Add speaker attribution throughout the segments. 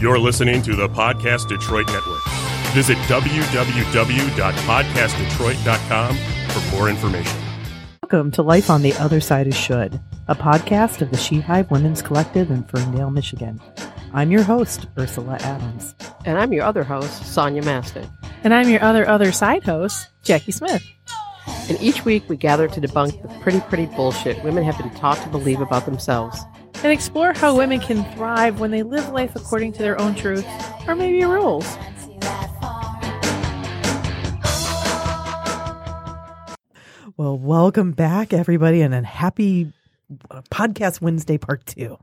Speaker 1: You're listening to the Podcast Detroit Network. Visit www.podcastdetroit.com for more information.
Speaker 2: Welcome to Life on the Other Side of Should, a podcast of the She Hive Women's Collective in Ferndale, Michigan. I'm your host, Ursula Adams.
Speaker 3: And I'm your other host, Sonia Mastin.
Speaker 4: And I'm your other other side host, Jackie Smith.
Speaker 3: And each week we gather to debunk the pretty, pretty bullshit women have been taught to believe about themselves.
Speaker 4: And explore how women can thrive when they live life according to their own truth or maybe rules.
Speaker 2: Well, welcome back, everybody, and a happy uh, Podcast Wednesday Part 2.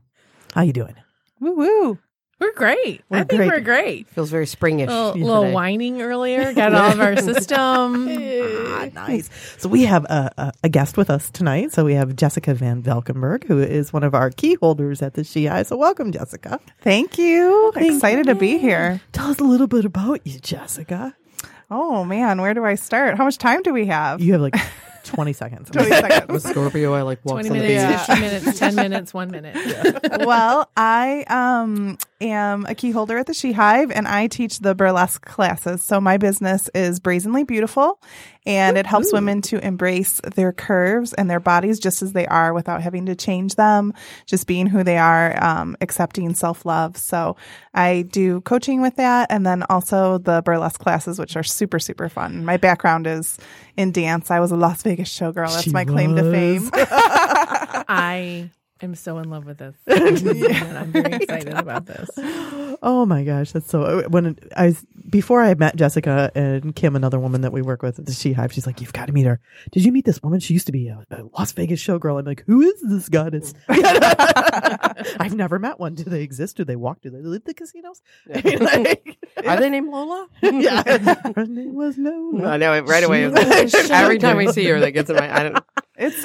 Speaker 2: How you doing?
Speaker 4: Woo woo. We're great.
Speaker 2: We're
Speaker 4: I think
Speaker 2: great.
Speaker 4: we're great.
Speaker 3: Feels very springish.
Speaker 4: A little,
Speaker 3: today.
Speaker 4: Oh, little whining earlier, got it all of our system.
Speaker 2: Ah, nice. So we have a, a, a guest with us tonight. So we have Jessica Van Valkenburg, who is one of our key holders at the She Hive. So welcome, Jessica.
Speaker 5: Thank you.
Speaker 2: Thank
Speaker 5: Excited to be here.
Speaker 2: Tell us a little bit about you, Jessica.
Speaker 5: Oh man, where do I start? How much time do we have?
Speaker 2: You have like 20 seconds.
Speaker 5: 20 seconds.
Speaker 3: With Scorpio, I like walks
Speaker 4: 20
Speaker 3: on the beach.
Speaker 4: minutes, 15 minutes, 10 minutes, 1 minute.
Speaker 5: well, I um am a key holder at the She Hive and I teach the burlesque classes. So my business is Brazenly Beautiful and it helps women to embrace their curves and their bodies just as they are without having to change them, just being who they are, um, accepting self love. So I do coaching with that and then also the burlesque classes, which are super, super fun. My background is in dance. I was a Las Vegas showgirl. That's
Speaker 2: She
Speaker 5: my claim to
Speaker 2: was.
Speaker 5: fame.
Speaker 4: I am so in love with this. And I'm very excited about this.
Speaker 2: Oh my gosh, that's so. When I was before I met Jessica and Kim, another woman that we work with at the She Hive, she's like, "You've got to meet her. Did you meet this woman? She used to be a, a Las Vegas showgirl." I'm like, "Who is this goddess?" I've never met one. Do they exist? Do they walk? Do they live at the casinos? Like,
Speaker 3: Are they named Lola?
Speaker 2: yeah, her name was Lola.
Speaker 3: I know it right away.
Speaker 2: She-
Speaker 3: Every time I see her, that gets in my. I don't.
Speaker 5: It's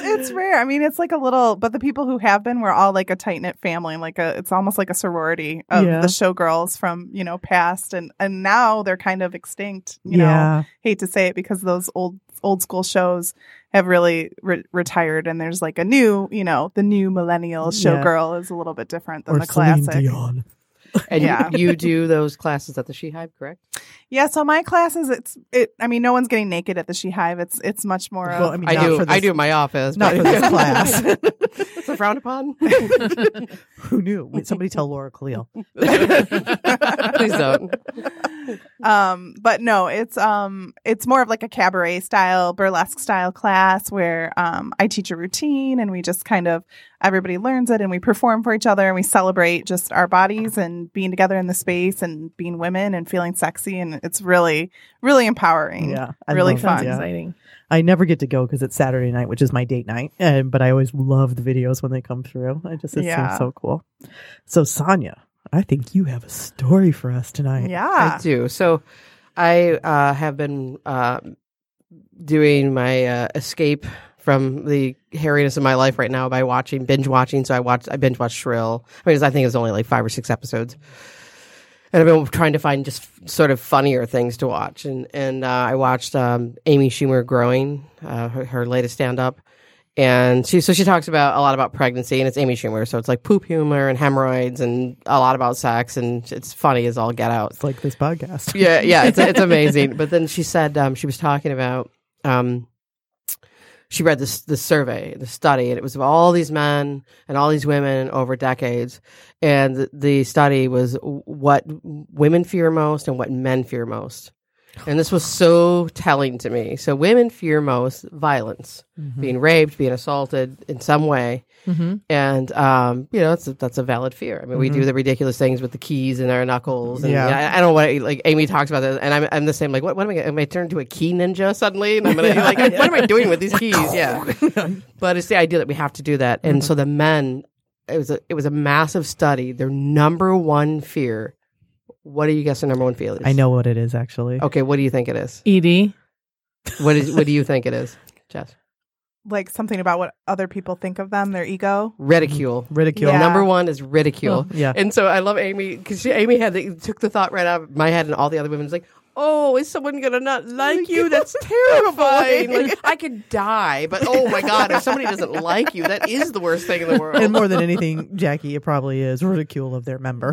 Speaker 5: it's rare. I mean, it's like a little, but the people who have been, we're all like a tight knit family. Like a, it's almost like a sorority of
Speaker 2: Yeah.
Speaker 5: the showgirls from you know past, and and now they're kind of extinct. You know,
Speaker 2: yeah,
Speaker 5: hate to say it because those old old school shows have really re- retired, and there's like a new, you know, the new millennial
Speaker 2: Yeah.
Speaker 5: showgirl is a little bit different than
Speaker 2: or
Speaker 5: the
Speaker 2: Celine
Speaker 5: classic.
Speaker 2: Dion.
Speaker 3: And
Speaker 5: Yeah.
Speaker 3: you do those classes at the She Hive, correct?
Speaker 5: Yeah, so my classes, it's it. I mean, no one's getting naked at the She Hive. It's it's much more. of,
Speaker 2: Well, I mean,
Speaker 3: I
Speaker 2: not
Speaker 3: do.
Speaker 2: For this,
Speaker 3: I do in my office.
Speaker 2: Not for
Speaker 3: but-
Speaker 2: this class.
Speaker 3: it's a frown upon.
Speaker 2: Who knew? Wait, Somebody tell Laura Khalil.
Speaker 3: Please don't.
Speaker 5: um but no it's um it's more of like a cabaret style burlesque style class where um i teach a routine and we just kind of everybody learns it and we perform for each other and we celebrate just our bodies and being together in the space and being women and feeling sexy and it's really really empowering
Speaker 2: Yeah, I
Speaker 5: Really
Speaker 2: love that.
Speaker 5: fun.
Speaker 4: Sounds
Speaker 2: Yeah.
Speaker 4: exciting.
Speaker 2: I never get to go because it's Saturday night, which is my date night. And but I always love the videos when they come through. I just it
Speaker 5: Yeah.
Speaker 2: seems so cool. So Sonia, I think you have a story for us tonight.
Speaker 5: yeah
Speaker 3: I do. So I uh, have been uh, doing my uh, escape from the hairiness of my life right now by watching binge watching. So I watched I binge watched Shrill. I mean, I think it was only like five or six episodes. And I've been trying to find just sort of funnier things to watch, and and uh, I watched um, Amy Schumer growing uh, her, her latest stand up, and she so she talks about a lot about pregnancy and it's Amy Schumer so it's like poop humor and hemorrhoids and a lot about sex and it's funny as all get out
Speaker 2: It's like this podcast.
Speaker 3: yeah, yeah, it's it's amazing. But then she said um, she was talking about um, she read this this survey, the study, and it was of all these men and all these women over decades, and the, the study was what women fear most and what men fear most. And this was so telling to me. So women fear most violence, being raped, being assaulted in some way and um, you know that's a, that's a valid fear. I mean, we do the ridiculous things with the keys in our knuckles, and
Speaker 2: Mm-hmm. Yeah.
Speaker 3: you know, I, I don't want to like Amy talks about this, and I'm I'm the same. Like, what, what am I? gonna- Am I turned into a key ninja suddenly? And I'm gonna like, what am I doing with these keys? Yeah, but it's the idea that we have to do that,
Speaker 2: Mm-hmm.
Speaker 3: and so the men, it was a it was a massive study. Their number one fear. What do you guess their number one fear is?
Speaker 2: I know what it is actually.
Speaker 3: Okay, what do you think it is?
Speaker 4: Edie.
Speaker 3: What is what do you think it is, Jess?
Speaker 5: like something about what other people think of them their ego
Speaker 3: Ridicule.
Speaker 2: Ridicule.
Speaker 5: Yeah.
Speaker 3: Number one is ridicule.
Speaker 2: Yeah.
Speaker 3: And so I love Amy because Amy had the, took the thought right out of my head and all the other women's like, oh, is someone gonna not like you? That's terrifying. like I could die, but oh my god, if somebody doesn't like you, that is the worst thing in the world.
Speaker 2: and more than anything, Jackie, it probably is ridicule of their member.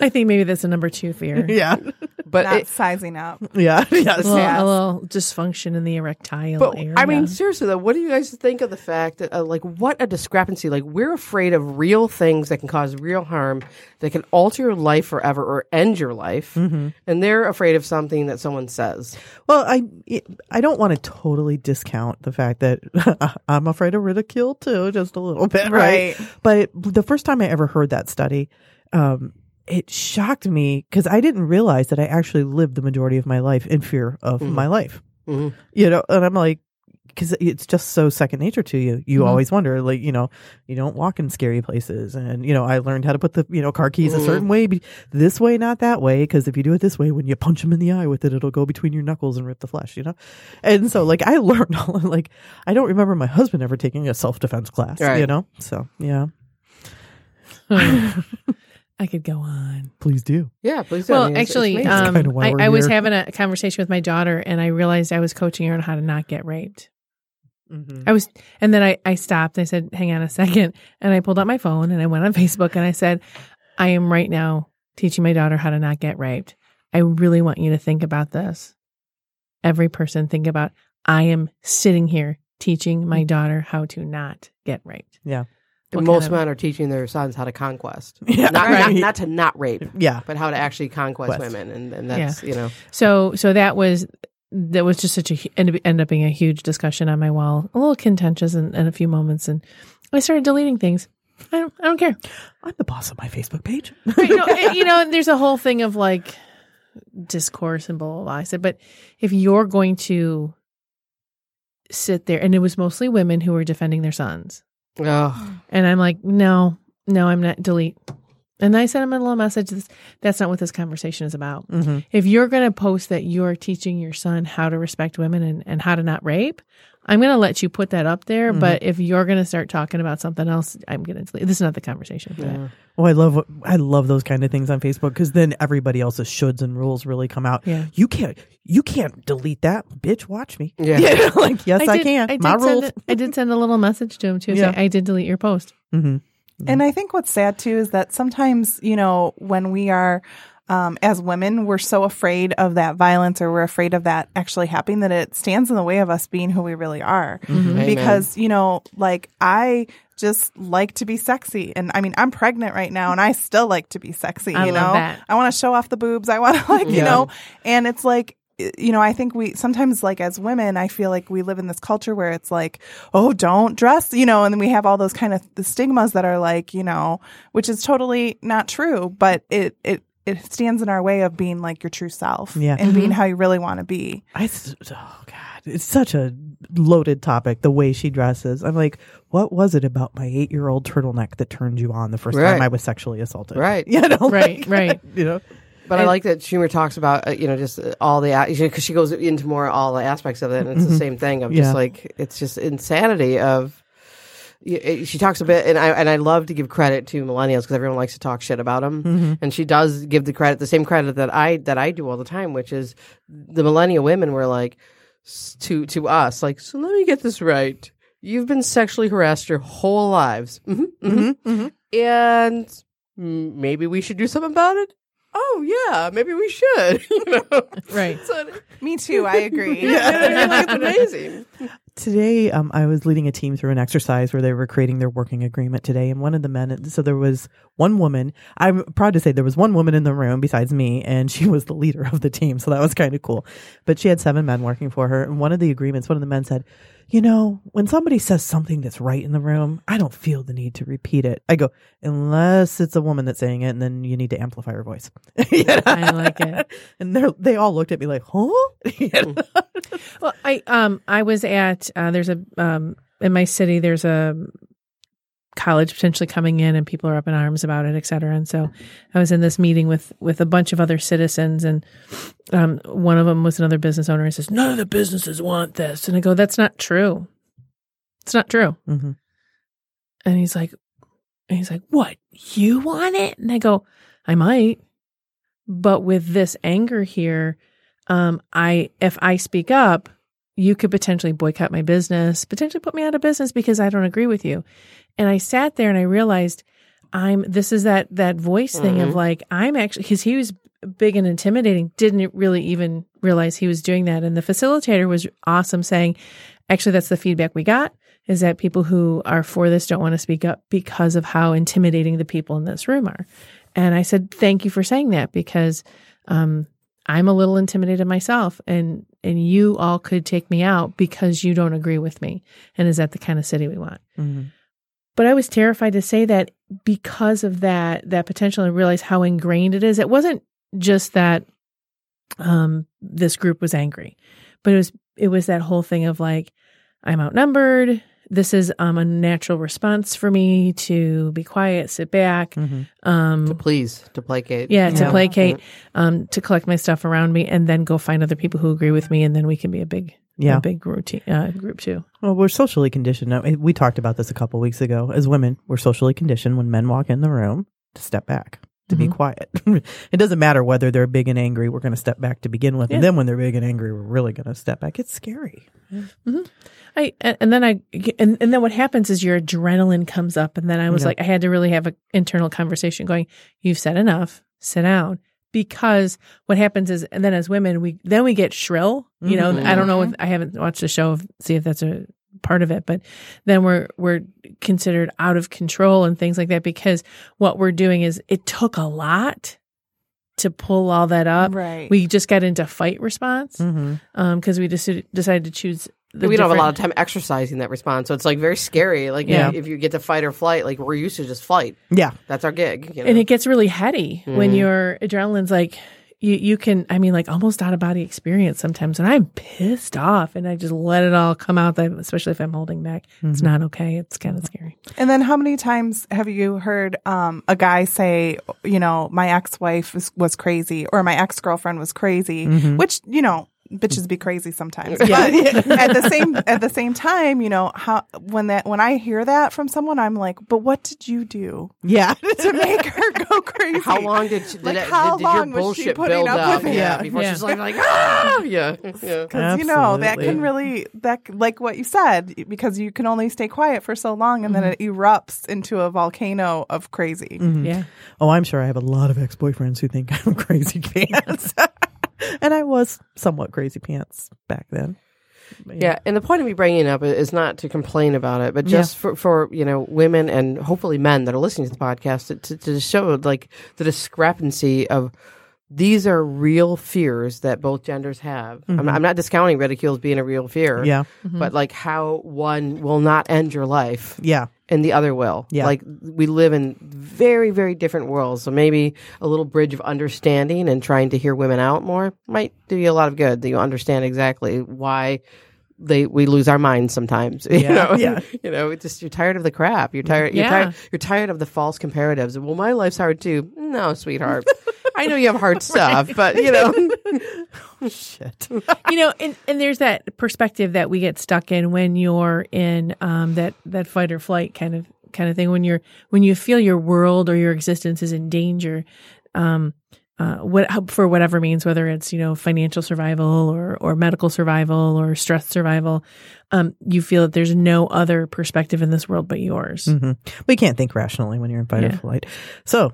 Speaker 4: I think maybe that's a number two fear.
Speaker 2: yeah,
Speaker 3: But
Speaker 5: Not
Speaker 3: it,
Speaker 5: sizing up.
Speaker 2: yeah,
Speaker 4: A
Speaker 2: yes.
Speaker 4: little,
Speaker 5: Yeah.
Speaker 4: a little dysfunction in the erectile
Speaker 3: But
Speaker 4: area.
Speaker 3: I mean, seriously though, what do you guys think of the fact that, uh, like, what a discrepancy? Like, we're afraid of real things that can cause real harm, that can alter your life forever or end your life, and they're afraid of something that someone says.
Speaker 2: Well, I it, I don't want to totally discount the fact that I'm afraid of ridicule too, just a little bit, right? But the first time I ever heard that study, um, it shocked me because I didn't realize that I actually lived the majority of my life in fear of
Speaker 3: Mhm.
Speaker 2: my life.
Speaker 3: Mhm.
Speaker 2: You know, and I'm like. Because it's just so second nature to you. You
Speaker 4: Mhm.
Speaker 2: always wonder, like, you know, you don't walk in scary places. And, you know, I learned how to put the, you know, car keys a
Speaker 3: Mhm.
Speaker 2: certain way, be- this way, not that way. Because if you do it this way, when you punch them in the eye with it, it'll go between your knuckles and rip the flesh, you know? And so, like, I learned all, like, I don't remember my husband ever taking a self defense class, you
Speaker 3: Right.
Speaker 2: know? So, yeah,
Speaker 4: I could go on.
Speaker 2: please do.
Speaker 3: Yeah, please. do. I
Speaker 4: Well,
Speaker 3: mean, it's- it's
Speaker 4: actually,
Speaker 3: amazing.
Speaker 4: um,
Speaker 2: kinda why
Speaker 4: I,
Speaker 2: we're
Speaker 4: I was
Speaker 2: here.
Speaker 4: having a conversation with my daughter, and I realized I was coaching her on how to not get raped.
Speaker 2: Mhm.
Speaker 4: I was, and then I, I stopped. I said, "Hang on a second. and I pulled out my phone and I went on Facebook and I said, "I am right now teaching my daughter how to not get raped. I really want you to think about this. Every person, think about. I am sitting here teaching my daughter how to not get raped.
Speaker 2: Yeah.
Speaker 4: What
Speaker 3: And most
Speaker 4: kind of-
Speaker 3: men are teaching their sons how to conquest,
Speaker 2: Yeah.
Speaker 3: not,
Speaker 4: Right.
Speaker 3: not not to not rape,
Speaker 2: yeah.
Speaker 3: but how to actually conquest
Speaker 2: Quest.
Speaker 3: women, and, and that's you know,
Speaker 4: So, so that was that was just such a hu- end end up being a huge discussion on my wall, a little contentious in, in a few moments, and I started deleting things. I don't, I don't care.
Speaker 2: I'm the boss of my Facebook page.
Speaker 4: Right, no, it- you know, and there's a whole thing of like discourse and blah blah blah. I said, but if you're going to sit there, and it was mostly women who were defending their sons,
Speaker 3: oh,
Speaker 4: and I'm like, no, no, I'm not. Delete. And I sent him a little message. This, that's not what this conversation is about.
Speaker 3: Mm-hmm.
Speaker 2: hmm
Speaker 4: If you're going to post that you're teaching your son how to respect women and, and how to not rape, I'm going to let you put that up there.
Speaker 2: Mhm.
Speaker 4: But if you're going to start talking about something else, I'm going to delete. This is not the conversation. For that.
Speaker 2: Oh, I love what- I love those kind of things on Facebook because then everybody else's shoulds and rules really come out.
Speaker 4: Yeah.
Speaker 2: You can't you can't delete that, bitch. Watch me.
Speaker 3: Yeah.
Speaker 2: You know, like yes, I,
Speaker 4: did-
Speaker 2: can.
Speaker 4: did
Speaker 2: My
Speaker 4: send
Speaker 2: rules.
Speaker 4: a- I did send a little message to him too. Yeah.
Speaker 2: Yeah.
Speaker 4: I did delete your post.
Speaker 2: hmm
Speaker 5: And I think what's sad too is that sometimes, you know, when we are um, as women, we're so afraid of that violence or we're afraid of that actually happening that it stands in the way of us being who we really are.
Speaker 4: Mm-hmm.
Speaker 3: Amen.
Speaker 5: Because, you know, like I just like to be sexy. And I mean, I'm pregnant right now and I still like to be sexy,
Speaker 4: I
Speaker 5: you
Speaker 4: love
Speaker 5: know?
Speaker 4: that.
Speaker 5: I want to show off the boobs. I want to, like, you
Speaker 3: Yeah.
Speaker 5: know, and it's like, you know, I think we sometimes, like, as women, I feel like we live in this culture where it's like, oh, don't dress, you know, and then we have all those kind of the stigmas that are like, you know, which is totally not true, but it, it, it stands in our way of being like your true self
Speaker 2: Yeah.
Speaker 5: and being how you really want to be.
Speaker 2: I s- oh god, it's such a loaded topic. The way she dresses, I'm like, what was it about my eight year old turtleneck that turned you on the first
Speaker 3: Right.
Speaker 2: time I was sexually assaulted?
Speaker 3: Right.
Speaker 2: You know.
Speaker 4: Right,
Speaker 2: like,
Speaker 4: right.
Speaker 2: You know.
Speaker 3: But I like that Schumer talks about uh, you know just uh, all the because she goes into more all the aspects of it, and it's the same thing. I'm
Speaker 2: Yeah.
Speaker 3: just like it's just insanity of. y- it- She talks a bit, and I and I love to give credit to millennials because everyone likes to talk shit about them, and she does give the credit, the same credit that I that I do all the time, which is the millennial women were like s- to to us like, so let me get this right. You've been sexually harassed your whole lives, hmm and m- maybe we should do something about it. Oh yeah, maybe we should. you know?
Speaker 4: Right.
Speaker 3: So,
Speaker 5: Me too. I agree.
Speaker 3: yeah, like, it's amazing.
Speaker 2: Today, um, I was leading a team through an exercise where they were creating their working agreement today. And one of the men, so there was one woman, I'm proud to say there was one woman in the room besides me, and she was the leader of the team. So that was kind of cool. But she had seven men working for her. And one of the agreements, one of the men said, You know, when somebody says something that's right in the room, I don't feel the need to repeat it. I go, Unless it's a woman that's saying it, and then you need to amplify her voice. You know?
Speaker 4: I like it.
Speaker 2: And they're, they all looked at me like, Huh? You know?
Speaker 4: Well, I um I was at uh, there's a um in my city there's a college potentially coming in and people are up in arms about it, et cetera. And so I was in this meeting with with a bunch of other citizens and um one of them was another business owner and says none of the businesses want this and I go that's not true. It's not true.
Speaker 2: Mhm.
Speaker 4: And he's like, and he's like, what? You want it? And I go, I might, but with this anger here, um, I if I speak up, you could potentially boycott my business, potentially put me out of business because I don't agree with you. And I sat there and I realized I'm this is that that voice thing of like I'm actually because he was big and intimidating didn't e-, really even realize he was doing that and the facilitator was awesome saying actually that's the feedback we got is that people who are for this don't want to speak up because of how intimidating the people in this room are and I said thank you for saying that because um, I'm a little intimidated myself and and you all could take me out because you don't agree with me and is that the kind of city we want
Speaker 2: Mhm.
Speaker 4: but I was terrified to say that because of that that potential and realize how ingrained it is. It wasn't just that um this group was angry, but it was it was that whole thing of like I'm outnumbered. This is um a natural response for me to be quiet, sit back,
Speaker 2: Mhm.
Speaker 3: to
Speaker 4: um
Speaker 3: please to placate. Mm-hmm.
Speaker 4: yeah, to
Speaker 2: Yeah.
Speaker 4: placate, um, to collect my stuff around me, and then go find other people who agree with me, and then we can be a big,
Speaker 2: Yeah.
Speaker 4: a big routine uh, group too.
Speaker 2: Well, we're socially conditioned. Now, We talked about this a couple weeks ago. As women, we're socially conditioned when men walk in the room to step back, to be
Speaker 4: Mhm.
Speaker 2: quiet. it doesn't matter whether they're big and angry, we're going to step back to begin with.
Speaker 4: Yeah.
Speaker 2: And then when they're big and angry, we're really going to step back. It's scary.
Speaker 4: I and and then I and, and then what happens is your adrenaline comes up, and then I was
Speaker 2: Yeah.
Speaker 4: like, I had to really have an internal conversation going, "You've said enough. Sit down." Because what happens is, and then as women, we then we get shrill. You know,
Speaker 3: Mhm.
Speaker 4: I don't know. If, I haven't watched the show. Of, see if that's a part of it, but then we're we're considered out of control and things like that because what we're doing is it took a lot to pull all that up.
Speaker 5: right.
Speaker 4: We just got into fight response because
Speaker 2: Mm-hmm.
Speaker 4: we just decided to choose. The
Speaker 3: we don't have a
Speaker 4: different-
Speaker 3: lot of time exercising that response, so it's like very scary. Like
Speaker 2: Yeah.
Speaker 3: if you get to fight or flight, like we're used to just fight.
Speaker 2: Yeah.
Speaker 3: That's our gig. You know?
Speaker 4: and it gets really heady when
Speaker 3: Mhm.
Speaker 4: your adrenaline's like you you can I mean like almost out of body experience sometimes and I'm pissed off and I just let it all come out that especially if I'm holding back it's not okay it's kind of scary
Speaker 5: And then how many times have you heard um, a guy say, you know, my ex wife was, was crazy or my ex girlfriend was crazy, which, you know, bitches be crazy sometimes. But at the same at the same time, you know, how when that when I hear that from someone, I'm like, but what did you do
Speaker 2: Yeah.
Speaker 5: to make her go crazy?
Speaker 3: how long did she, did,
Speaker 5: Like,
Speaker 3: that-
Speaker 5: how
Speaker 3: did your
Speaker 5: long was she
Speaker 3: bullshit
Speaker 5: putting
Speaker 3: build
Speaker 5: up
Speaker 3: up?
Speaker 5: with it?
Speaker 3: yeah,
Speaker 2: Yeah.
Speaker 3: before
Speaker 4: Yeah.
Speaker 3: she's like, like ah, yeah, yeah.
Speaker 5: Because you know that
Speaker 2: Absolutely.
Speaker 5: can really that like what you said because you can only stay quiet for so long and then it erupts into a volcano of crazy.
Speaker 4: yeah
Speaker 2: Oh, I'm sure I have a lot of ex boyfriends who think I'm crazy pants. and I was somewhat crazy pants back then. But
Speaker 3: Yeah, and the point of me bringing it up i- is not to complain about it, but just for, for you know women and hopefully men that are listening to the podcast to, to, to show like the discrepancy of these are real fears that both genders have. I'm, I'm not discounting ridicule as being a real fear,
Speaker 2: Yeah.
Speaker 3: but like how one will not end your life
Speaker 2: Yeah.
Speaker 3: and the other will.
Speaker 2: Yeah.
Speaker 3: Like we live in very, very different worlds. So maybe a little bridge of understanding and trying to hear women out more might do you a lot of good that you understand exactly why they we lose our minds sometimes. You
Speaker 2: Yeah.
Speaker 3: know?
Speaker 2: Yeah.
Speaker 3: You know, it's just you're tired of the crap. You're tired you're
Speaker 4: Yeah.
Speaker 3: tired you're tired of the false comparatives. Well my life's hard too. No, sweetheart. I know you have hard stuff, but you know
Speaker 2: Shit.
Speaker 4: you know and, and there's that perspective that we get stuck in when you're in um, that that fight or flight kind of kind of thing when you're when you feel your world or your existence is in danger um, uh, what how- for whatever means whether it's you know financial survival or or medical survival or stress survival um, you feel that there's no other perspective in this world but yours
Speaker 2: hmm But you can't think rationally when you're in fight or
Speaker 4: Yeah.
Speaker 2: flight. So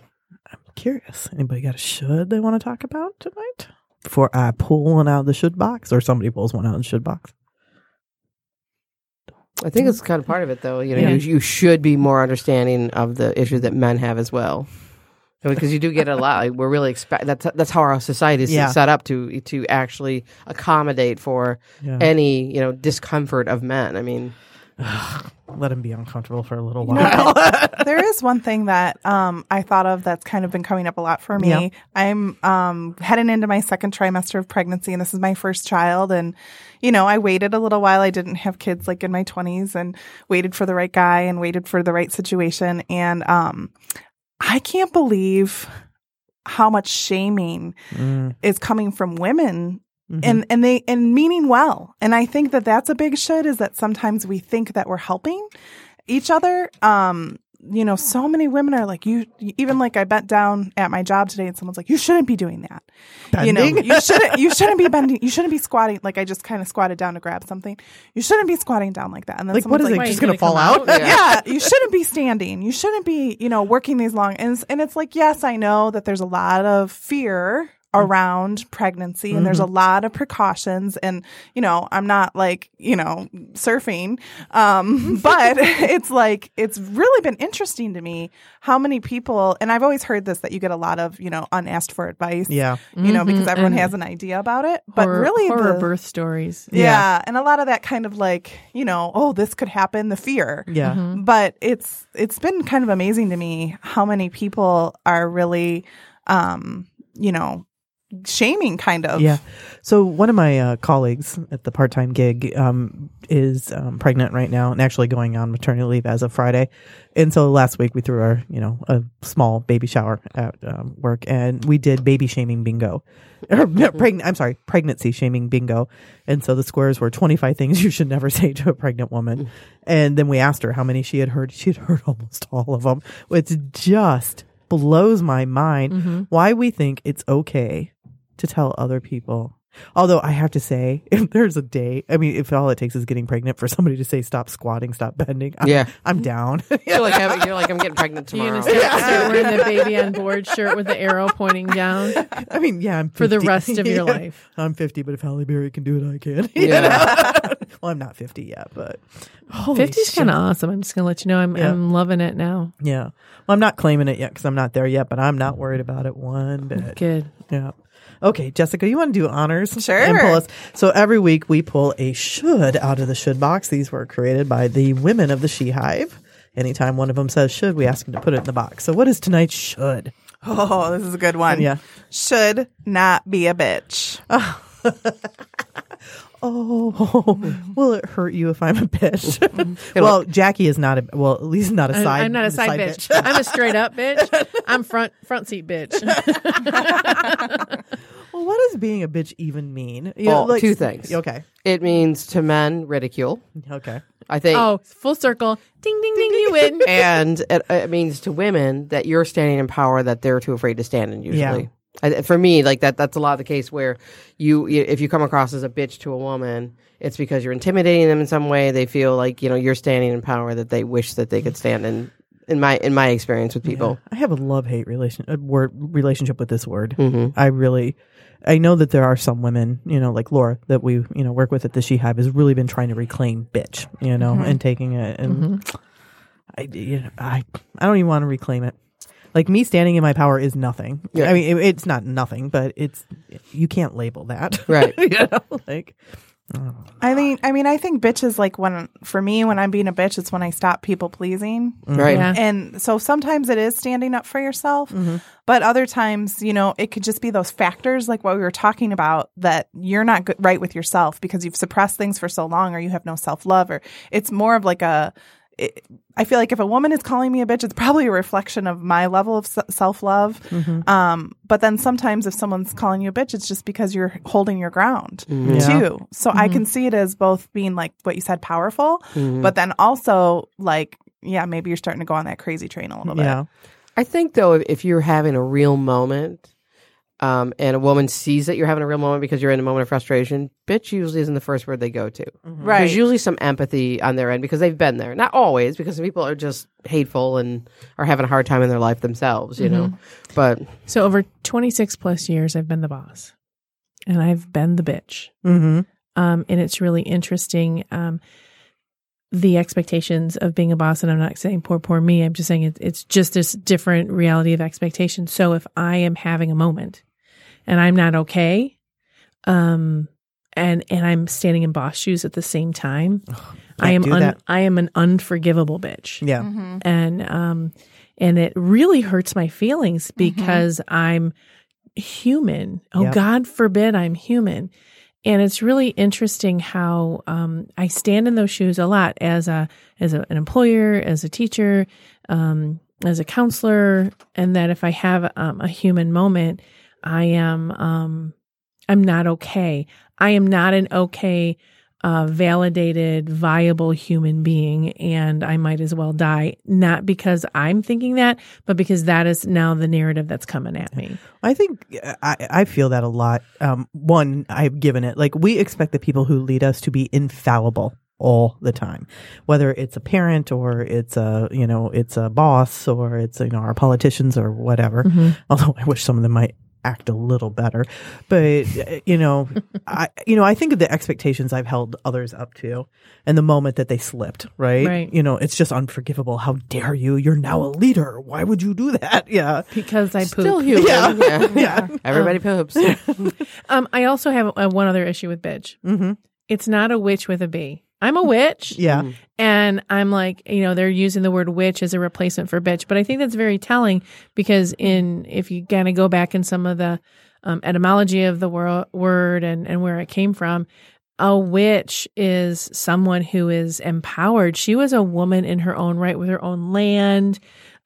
Speaker 2: I'm curious. Anybody got a should they want to talk about tonight? Before I pull one out of the should box or somebody pulls one out of the should box.
Speaker 3: I think it's kind of part of it, though. You know,
Speaker 4: Yeah.
Speaker 3: you, you should be more understanding of the issues that men have as well, because you do get a lot. Like, we're really expect that's that's how our society is
Speaker 2: Yeah.
Speaker 3: set up to to actually accommodate for
Speaker 2: Yeah.
Speaker 3: any you know discomfort of men. I mean,
Speaker 2: Let them be uncomfortable for a little
Speaker 5: You know,
Speaker 2: while.
Speaker 5: there is one thing that um, I thought of that's kind of been coming up a lot for me.
Speaker 2: Yeah.
Speaker 5: I'm um, heading into my second trimester of pregnancy, and this is my first child. And you know, I waited a little while. I didn't have kids like in my 20s, and waited for the right guy and waited for the right situation. And um, I can't believe how much shaming
Speaker 2: Mm,
Speaker 5: is coming from women
Speaker 2: mhm.
Speaker 5: and and they and meaning well and i think that that's a big should is that sometimes we think that we're helping each other um you know, so many women are like, you, even like I bent down at my job today and someone's like, you shouldn't be doing that. You know,
Speaker 2: Bending?
Speaker 5: you shouldn't, you shouldn't be bending, you shouldn't be squatting. Like I just kind of squatted down to grab something. You shouldn't be squatting down like that. And then
Speaker 2: Like, what
Speaker 5: someone's
Speaker 2: is it?
Speaker 5: like,
Speaker 2: just
Speaker 4: Why,
Speaker 2: going
Speaker 4: you
Speaker 2: to
Speaker 4: gonna
Speaker 2: fall
Speaker 4: come
Speaker 2: out?
Speaker 4: out?
Speaker 5: yeah, you shouldn't be standing. You shouldn't be, you know, working these long. And it's, and it's like, yes, I know that there's a lot of fear
Speaker 4: Mm-hmm.
Speaker 5: around pregnancy and there's a lot of precautions and you know i'm not like you know surfing um but it's like it's really been interesting to me how many people and i've always heard this that you get a lot of you know unasked for advice
Speaker 2: Yeah.
Speaker 5: you know because
Speaker 4: Mhm,
Speaker 5: everyone
Speaker 4: and-
Speaker 5: has an idea about it but
Speaker 4: Horror-
Speaker 5: really
Speaker 4: horror
Speaker 5: the,
Speaker 4: birth stories.
Speaker 5: yeah.
Speaker 2: Yeah.
Speaker 5: and a lot of that kind of like you know oh this could happen the fear
Speaker 2: Yeah.
Speaker 5: but it's it's been kind of amazing to me how many people are really um you know shaming kind of
Speaker 2: Yeah. So one of my uh, colleagues at the part-time gig um, is um, pregnant right now and actually going on maternity leave as of Friday. And so last week we threw our, you know, a small baby shower at um, work and we did baby shaming bingo. Or pregnant, I'm sorry, pregnancy shaming bingo. And so the squares were 25 things you should never say to a pregnant woman. And then we asked her how many she had heard. She had heard almost all of them. It's just blows my mind why we think it's okay to tell other people. Although I have to say, if there's a day, I mean, if all it takes is getting pregnant for somebody to say stop squatting, stop bending, I'm,
Speaker 3: Yeah.
Speaker 2: I'm down.
Speaker 3: You're like, having- you're like, I'm getting pregnant
Speaker 4: You're
Speaker 3: tomorrow.
Speaker 4: gonna start, start wearing the baby on board shirt with the arrow pointing down.
Speaker 2: I mean, yeah, I'm 50.
Speaker 4: For the rest of your
Speaker 2: Yeah.
Speaker 4: life.
Speaker 2: I'm 50, but if Halle Berry can do it, I can. You
Speaker 3: Yeah.
Speaker 2: know? well, I'm not 50 yet, but holy
Speaker 4: Fifty's
Speaker 2: shit.
Speaker 4: kind of awesome. I'm just gonna let you know I'm
Speaker 2: Yeah.
Speaker 4: I'm loving it now.
Speaker 2: Yeah, well, I'm not claiming it yet because I'm not there yet, but I'm not worried about it one bit.
Speaker 4: Good.
Speaker 2: Yeah. Okay, Jessica, you want to do honors?
Speaker 5: Sure.
Speaker 2: And pull us. So every week we pull a should out of the should box. These were created by the women of the She Hive. Anytime one of them says should, we ask them to put it in the box. So what is tonight's should?
Speaker 5: oh this is a good one
Speaker 2: Yeah.
Speaker 5: should not be a bitch
Speaker 2: Oh, will it hurt you if I'm a bitch? well, Jackie is not a well, at least not a
Speaker 4: I-
Speaker 2: side.
Speaker 4: I'm not a side, bitch. I'm a straight up bitch. I'm front front seat bitch.
Speaker 2: Well, what does being a bitch even mean? You
Speaker 3: Well, two things.
Speaker 2: Okay.
Speaker 3: It means to men ridicule.
Speaker 2: Okay.
Speaker 3: I think.
Speaker 4: oh, full circle. Ding ding ding. You win.
Speaker 3: and it, it means to women that you're standing in power that they're too afraid to stand in usually.
Speaker 2: Yeah.
Speaker 3: I, for me, like that, that's a lot of the case where you, you, if you come across as a bitch to a woman, it's because you're intimidating them in some way. They feel like you know you're standing in power that they wish that they could stand in. In my in my experience with people,
Speaker 2: I have a love hate relation uh, word relationship with this word.
Speaker 3: Mm-hmm.
Speaker 2: I really, I know that there are some women, you know, like Laura that we you know work with at the She Hive has really been trying to reclaim bitch, you know,
Speaker 3: Mm-hmm.
Speaker 2: and taking it and I, you know, I I don't even want to reclaim it. Like me standing in my power is nothing.
Speaker 3: Yeah.
Speaker 2: I mean, it, it's not nothing, but it's you can't label that,
Speaker 3: Right.
Speaker 2: you know, like
Speaker 5: i think i mean i think bitch is like when for me when i'm being a bitch it's when i stop people pleasing
Speaker 3: right?
Speaker 4: Yeah.
Speaker 5: And so sometimes it is standing up for yourself, but other times, you know, it could just be those factors like what we were talking about that you're not good, right with yourself because you've suppressed things for so long or you have no self love or it's more of like a. It, I feel like if a woman is calling me a bitch, it's probably a reflection of my level of self love. Um, but then sometimes if someone's calling you a bitch, it's just because you're holding your ground
Speaker 2: Yeah.
Speaker 5: too. So I
Speaker 2: Mm-hmm.
Speaker 5: can see it as both being like what you said, powerful, but then also like yeah maybe you're starting to go on that crazy train a little bit
Speaker 2: yeah,
Speaker 3: I think though, if, if you're having a real moment, um, and a woman sees that you're having a real moment because you're in a moment of frustration, bitch usually isn't the first word they go to.
Speaker 2: Mm-hmm.
Speaker 3: There's usually some empathy on their end because they've been there. Not always, because some people are just hateful and are having a hard time in their life themselves, you know. But
Speaker 4: So over 26 plus years, I've been the boss, and I've been the bitch.
Speaker 2: mm-hmm.
Speaker 4: um, and it's really interesting um, the expectations of being a boss and i'm not saying poor poor me i'm just saying it, it's just this different reality of expectation so if i am having a moment and i'm not okay um, and and i'm standing in boss shoes at the same time i am
Speaker 2: do
Speaker 4: un-
Speaker 2: that.
Speaker 4: i am an unforgivable bitch
Speaker 2: yeah,
Speaker 4: and um and it really hurts my feelings because I'm human. Oh
Speaker 2: Yep.
Speaker 4: god forbid I'm human. And it's really interesting how um, I stand in those shoes a lot as a as a, an employer, as a teacher, um, as a counselor, and that if I have um, a human moment, I am um, I'm not okay. I am not an okay uh, validated, viable human being, and I might as well die. Not because I'm thinking that, but because that is now the narrative that's coming at me.
Speaker 2: I think uh, I, I feel that a lot. Um, one, I've given it like we expect the people who lead us to be infallible all the time, whether it's a parent or it's a you know it's a boss or it's you know our politicians or whatever. Although I wish some of them might act a little better, but uh, you know, I you know I think of the expectations I've held others up to, and the moment that they slipped, right?
Speaker 4: Right.
Speaker 2: You know, it's just unforgivable. How dare you? You're now a leader. Why would you do that? Yeah.
Speaker 4: Because I poop.
Speaker 3: Still human.
Speaker 2: Yeah.
Speaker 3: Yeah.
Speaker 2: Yeah.
Speaker 3: Everybody poops.
Speaker 4: Um, I also have uh, one other issue with bitch.
Speaker 2: Mm-hmm.
Speaker 4: It's not a witch with a B. I'm a witch.
Speaker 2: Yeah.
Speaker 4: And I'm like, you know, they're using the word witch as a replacement for bitch. But I think that's very telling because in if you kind of go back in some of the um, etymology of the wor- word and, and where it came from, a witch is someone who is empowered. She was a woman in her own right with her own land,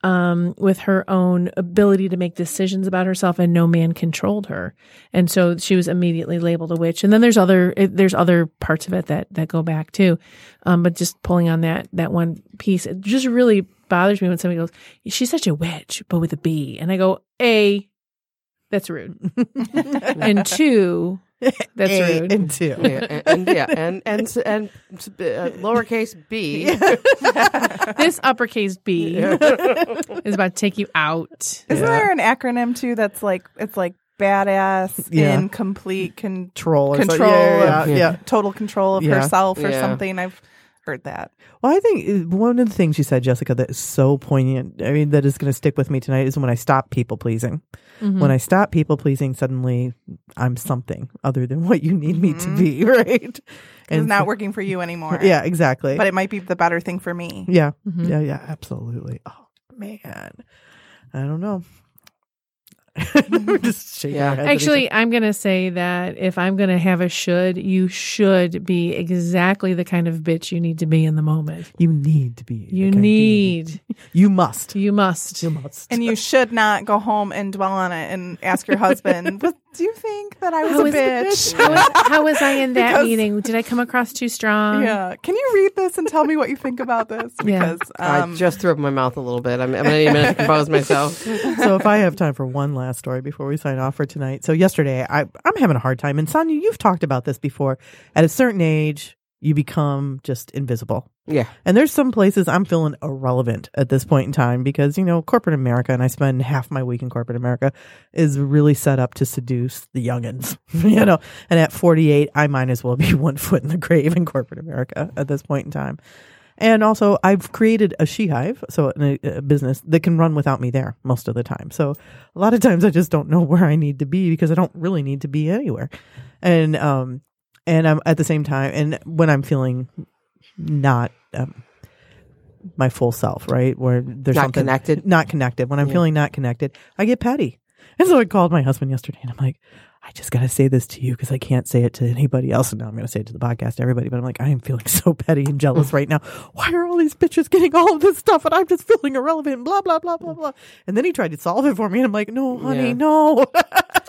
Speaker 4: um, with her own ability to make decisions about herself, and no man controlled her. And so she was immediately labeled a witch. And then there's other it- there's other parts of it that that go back too. Um, but just pulling on that that one piece, it just really bothers me when somebody goes, "She's such a witch," but with a B, and I go, "A, that's rude," and two, that's
Speaker 2: A
Speaker 4: rude.
Speaker 2: and two.
Speaker 3: yeah, and, and- yeah, and and s- and s- b- uh, lowercase b.
Speaker 4: this uppercase B is about to take you out.
Speaker 5: Isn't
Speaker 2: Yeah.
Speaker 5: there an acronym too that's like it's like badass,
Speaker 2: Yeah.
Speaker 5: incomplete, con-
Speaker 2: Control or something.
Speaker 5: control,
Speaker 2: Yeah, yeah,
Speaker 5: of,
Speaker 2: yeah. yeah.
Speaker 5: total control of
Speaker 2: Yeah.
Speaker 5: herself or
Speaker 3: Yeah.
Speaker 5: something? I've heard that.
Speaker 2: Well, I think uh, one of the things you said, Jessica, that is so poignant. I mean, that is going to stick with me tonight is when I stop people pleasing.
Speaker 4: Hmm.
Speaker 2: When I stop people pleasing, suddenly I'm something other than what you need me
Speaker 4: Hmm.
Speaker 2: to be, right?
Speaker 5: It's not working for you anymore.
Speaker 2: Yeah, exactly.
Speaker 5: but it might be the better thing for me.
Speaker 2: yeah,
Speaker 4: Mhm.
Speaker 2: yeah, yeah, absolutely. Oh man, I don't know. We're just shaking
Speaker 3: Yeah.
Speaker 2: our heads at each
Speaker 4: Actually, I'm going to say that if I'm going to have a should, you should be exactly the kind of bitch you need to be in the moment.
Speaker 2: other. you need to be.
Speaker 4: You
Speaker 2: okay?
Speaker 4: need,
Speaker 2: You must.
Speaker 4: you must.
Speaker 2: You must.
Speaker 5: And you should not go home and dwell on it and ask your husband, "What- "Do you think that I was
Speaker 4: How
Speaker 5: a
Speaker 4: was-
Speaker 5: bitch?"
Speaker 4: How was, how was I in that
Speaker 5: Because-
Speaker 4: meeting? Did I come across too strong?
Speaker 5: Yeah. Can you read this and tell me what you think about this?
Speaker 4: Uh-huh. Yeah.
Speaker 5: Because
Speaker 2: Um,
Speaker 5: um,
Speaker 3: I just threw up in my mouth a little bit. I'm, I'm not even going to compose myself.
Speaker 2: so if I have time for one last story before we sign off for tonight. So yesterday, I, I'm having a hard time. And Sonia, you've talked about this before. At a certain age, you become just invisible.
Speaker 3: Yeah.
Speaker 2: And there's some places I'm feeling irrelevant at this point in time because, you know, corporate America, and I spend half my week in corporate America, is really set up to seduce the youngins, you know. And at 48, I might as well be one foot in the grave in corporate America at this point in time. And also, I've created a she hive, so a, a business that can run without me there most of the time. So a lot of times I just don't know where I need to be because I don't really need to be anywhere. And, um, and I'm at the same time, and when I'm feeling not um, my full self, right? Where there's
Speaker 3: Not
Speaker 2: something
Speaker 3: connected?
Speaker 2: not connected. When I'm feeling not connected, I get petty. And so I called my husband yesterday, and I'm like, I just got to say this to you because I can't say it to anybody else. And now I'm going to say it to the podcast, to everybody. But I'm like, I am feeling so petty and jealous right now. Why are all these bitches getting all of this stuff, and I'm just feeling irrelevant? Blah blah blah blah blah. And then he tried to solve it for me, and I'm like, No, honey,
Speaker 3: Yeah.
Speaker 2: no.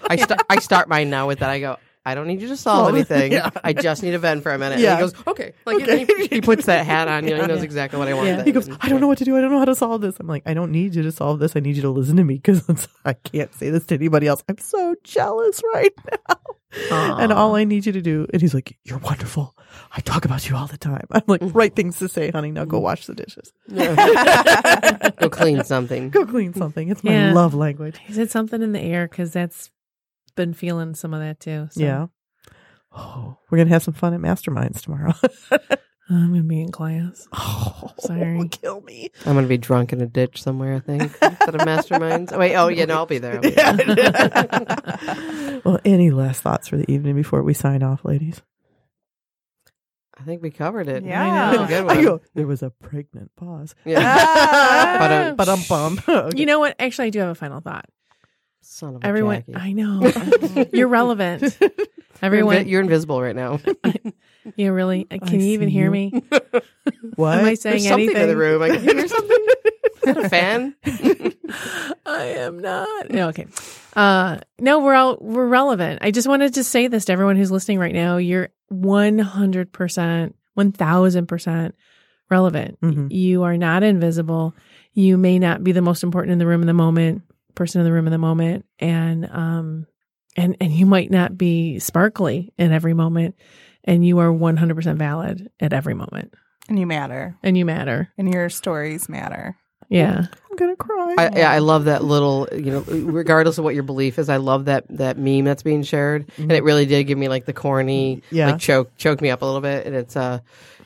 Speaker 3: I, st- I start mine now with that. I go, I don't need you to solve
Speaker 2: Solve it.
Speaker 3: anything.
Speaker 2: Yeah.
Speaker 3: I just need a vent for a minute.
Speaker 2: Yeah.
Speaker 3: And he goes, okay. Like He, he puts that hat on you. He knows exactly what I want.
Speaker 2: He goes, I don't know what to do. I don't know how to solve this. I'm like, I don't need you to solve this. I need you to listen to me because I can't say this to anybody else. I'm so jealous right now. And all I need you to do, and he's like, You're wonderful. I talk about you all the time. I'm like, Right things to say, honey. Now go wash the dishes.
Speaker 3: Go clean something.
Speaker 2: Go clean something. It's my
Speaker 4: Yeah.
Speaker 2: love language.
Speaker 4: Is it something in the air? Because that's been feeling some of that too. So
Speaker 2: Yeah. Oh, we're going to have some fun at Masterminds tomorrow.
Speaker 4: I'm going to be in class.
Speaker 2: oh,
Speaker 4: Sorry.
Speaker 2: Kill me.
Speaker 3: I'm going to be drunk in a ditch somewhere, I think, instead of masterminds. Oh, wait. Oh, yeah. No, I'll be there. I'll be there.
Speaker 2: well, any last thoughts for the evening before we sign off, ladies?
Speaker 3: I think we covered it.
Speaker 5: Yeah.
Speaker 3: That was a good one.
Speaker 2: I go, there was a pregnant pause.
Speaker 3: yeah. But, uh,
Speaker 2: But um bum.
Speaker 4: Oh, You know what? Actually, I do have a final thought.
Speaker 3: Son of a
Speaker 4: Everyone,
Speaker 3: Jackie.
Speaker 4: I know. You're relevant.
Speaker 3: You're,
Speaker 4: Everyone,
Speaker 3: invi- you're invisible right now.
Speaker 4: Yeah, really? Uh, Can
Speaker 2: I
Speaker 4: you even
Speaker 2: see
Speaker 4: hear
Speaker 2: you.
Speaker 4: me?
Speaker 2: what?
Speaker 4: Am I saying
Speaker 3: There's something
Speaker 4: anything?
Speaker 3: in the room. I can hear something. Is that a fan?
Speaker 4: I am not. No, okay. Uh, no, we're all we're relevant. I just wanted to say this to everyone who's listening right now. You're 100%, 1000% relevant.
Speaker 2: Mhm.
Speaker 4: You are not invisible. You may not be the most important in the room in the moment, person in the room in the moment, and um and and you might not be sparkly in every moment and you are 100% valid at every moment
Speaker 5: and you matter,
Speaker 4: and you matter.
Speaker 5: and your stories matter.
Speaker 4: Yeah.
Speaker 2: I'm gonna cry.
Speaker 3: I, yeah, I love that little, you know, regardless of what your belief is, I love that that meme that's being shared, and it really did give me like the corny,
Speaker 2: Yeah.
Speaker 3: like choke choke me up a little bit, and it's uh,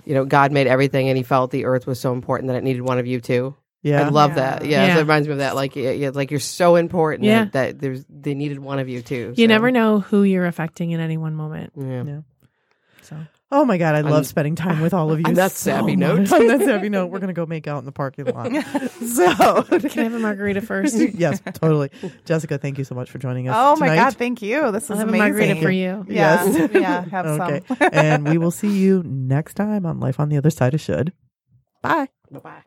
Speaker 3: you know, God made everything, and He felt the earth was so important that it needed one of you too.
Speaker 2: yeah.
Speaker 3: I love
Speaker 5: Yeah.
Speaker 3: that. Yeah, so
Speaker 4: Yeah.
Speaker 3: it reminds me of that. Like, yeah, yeah, like you're so important
Speaker 4: Yeah.
Speaker 3: that, that there's they needed one of you too.
Speaker 4: You
Speaker 3: so-
Speaker 4: never know who you're affecting in any one moment.
Speaker 3: Yeah.
Speaker 4: So
Speaker 2: oh my god, I love
Speaker 3: I'm-
Speaker 2: spending time with all of you.
Speaker 3: On that
Speaker 2: so
Speaker 3: sappy
Speaker 2: much.
Speaker 3: note.
Speaker 2: on that sappy note, we're gonna go make out in the parking lot. so
Speaker 4: can I have a margarita first?
Speaker 2: yes, totally. Jessica, thank you so much for joining us.
Speaker 5: Oh my
Speaker 2: tonight.
Speaker 5: God! Thank you. This
Speaker 4: I'll
Speaker 5: is
Speaker 4: have
Speaker 5: amazing.
Speaker 4: a margarita for you.
Speaker 5: Yeah,
Speaker 2: Yes.
Speaker 5: yeah. Have
Speaker 2: Okay.
Speaker 5: some.
Speaker 2: and we will see you next time on Life on the Other Side of Should. Bye.
Speaker 3: Bye-bye.